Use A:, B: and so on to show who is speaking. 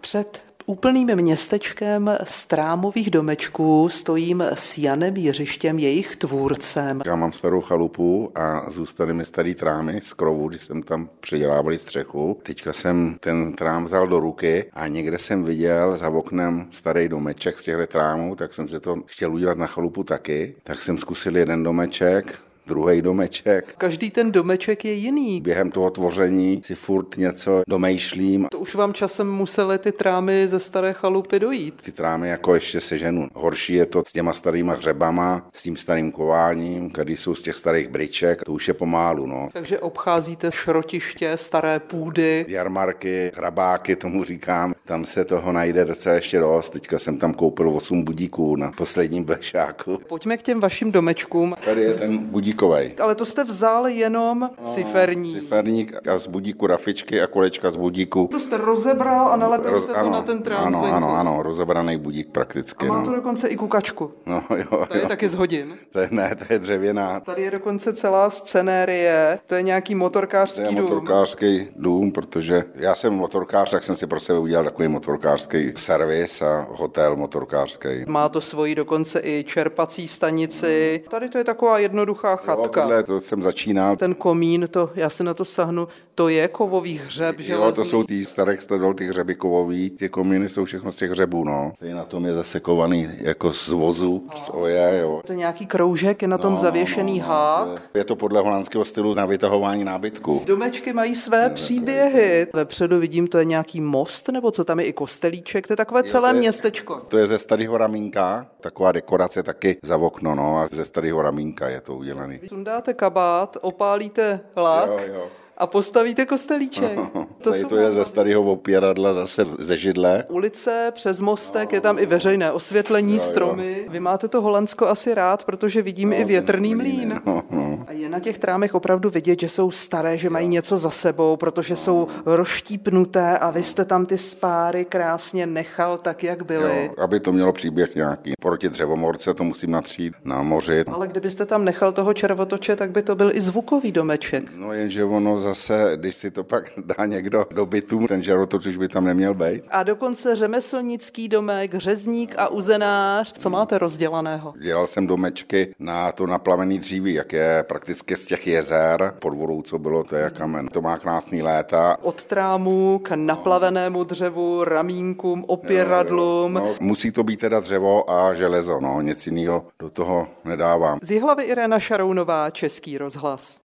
A: Před úplným městečkem strámových domečků stojím s Janem Jiřištěm, jejich tvůrcem.
B: Já mám starou chalupu a zůstaly mi starý trámy z krovu, když jsem tam předělávali střechu. Teďka jsem ten trám vzal do ruky a někde jsem viděl za oknem starý domeček z těchto trámů, tak jsem se to chtěl udělat na chalupu taky. Tak jsem zkusil jeden domeček, druhý domeček.
A: Každý ten domeček je jiný.
B: Během toho tvoření si furt něco domýšlím.
A: To už vám časem musely ty trámy ze staré chalupy dojít.
B: Ty trámy jako ještě seženu. Horší je to s těma starýma hřebama, s tím starým kováním, který jsou z těch starých briček, to už je pomálu, no.
A: Takže obcházíte šrotiště, staré půdy.
B: Jarmarky, hrabáky, tomu říkám. Tam se toho najde docela ještě dost. Teďka jsem tam koupil 8 budíků na posledním blešáku.
A: Pojďme k těm vašim domečkům.
B: Tady je ten budík budíkovej.
A: Ale to jste vzal jenom no, ciferní.
B: Ciferník a z budíku rafičky a kolečka z budíku.
A: To jste rozebral a nalepil Roz, jste to ano, na ten trám.
B: Ano, zdenku. ano, ano, rozebraný budík prakticky.
A: A má
B: no.
A: to dokonce i kukačku.
B: No jo,
A: To je
B: jo.
A: taky z hodin.
B: To je, ne, to je dřevěná.
A: Tady je dokonce celá scenérie, to je nějaký
B: To je
A: motorkářský dům.
B: motorkářský dům, protože já jsem motorkář, tak jsem si pro sebe udělal takový motorkářský servis a hotel motorkářský.
A: Má to svoji dokonce i čerpací stanici. Tady to je taková jednoduchá
B: Mhm. Jo,
A: chatka.
B: tohle, to jsem začínal.
A: ten komín, to, já si na to sahnu, to je kovový hřeb,
B: Jo,
A: železný.
B: to jsou ty starek stodol, ty hřeby kovový, ty komíny jsou všechno z těch hřebů, no. Tady na tom je zase kovaný jako z vozu, z oje, jo.
A: To je nějaký kroužek, je na tom zavěšený hák.
B: Je No, to podle holandského stylu na vytahování nábytku.
A: Domečky mají své příběhy. Vepředu vidím, to je nějaký most, nebo co tam je, i kostelíček, to je takové celé
B: to je-
A: městečko.
B: To je ze starého ramínka, taková dekorace taky za okno, no, a ze starého ramínka je to udělaný.
A: Vy sundáte kabát, opálíte lák
B: Jo, jo.
A: a postavíte kostelíček.
B: To Tady
A: jsou
B: to je ze
A: nápady.
B: starého opěradla, zase ze židle.
A: ulice, přes mostek, je tam i veřejné osvětlení, stromy. Vy máte to Holandsko asi rád, protože vidím i větrný mlín.
B: No, no.
A: A je na těch trámech opravdu vidět, že jsou staré, že mají něco za sebou, protože jsou rozštípnuté a vy jste tam ty spáry krásně nechal tak, jak byly.
B: Jo, aby to mělo příběh nějaký. Proti dřevomorce to musím natřít na moři.
A: Ale kdybyste tam nechal toho červotoče, tak by to byl i zvukový domeček.
B: No jenže ono zase, když si to pak dá někdo do bytu, ten žarotoč už by tam neměl být.
A: A dokonce řemeslnický domek, řezník a uzenář. Co máte rozdělaného?
B: Dělal jsem domečky na to naplavený dříví, jak je prakticky z těch jezer. Pod vodou, co bylo, to je kamen. To má krásný léta.
A: Od trámu k naplavenému dřevu, ramínkům, opěradlům.
B: No, musí to být teda dřevo a železo, no, nic jiného do toho nedávám.
A: Z Jihlavy Irena Šarounová, Český rozhlas.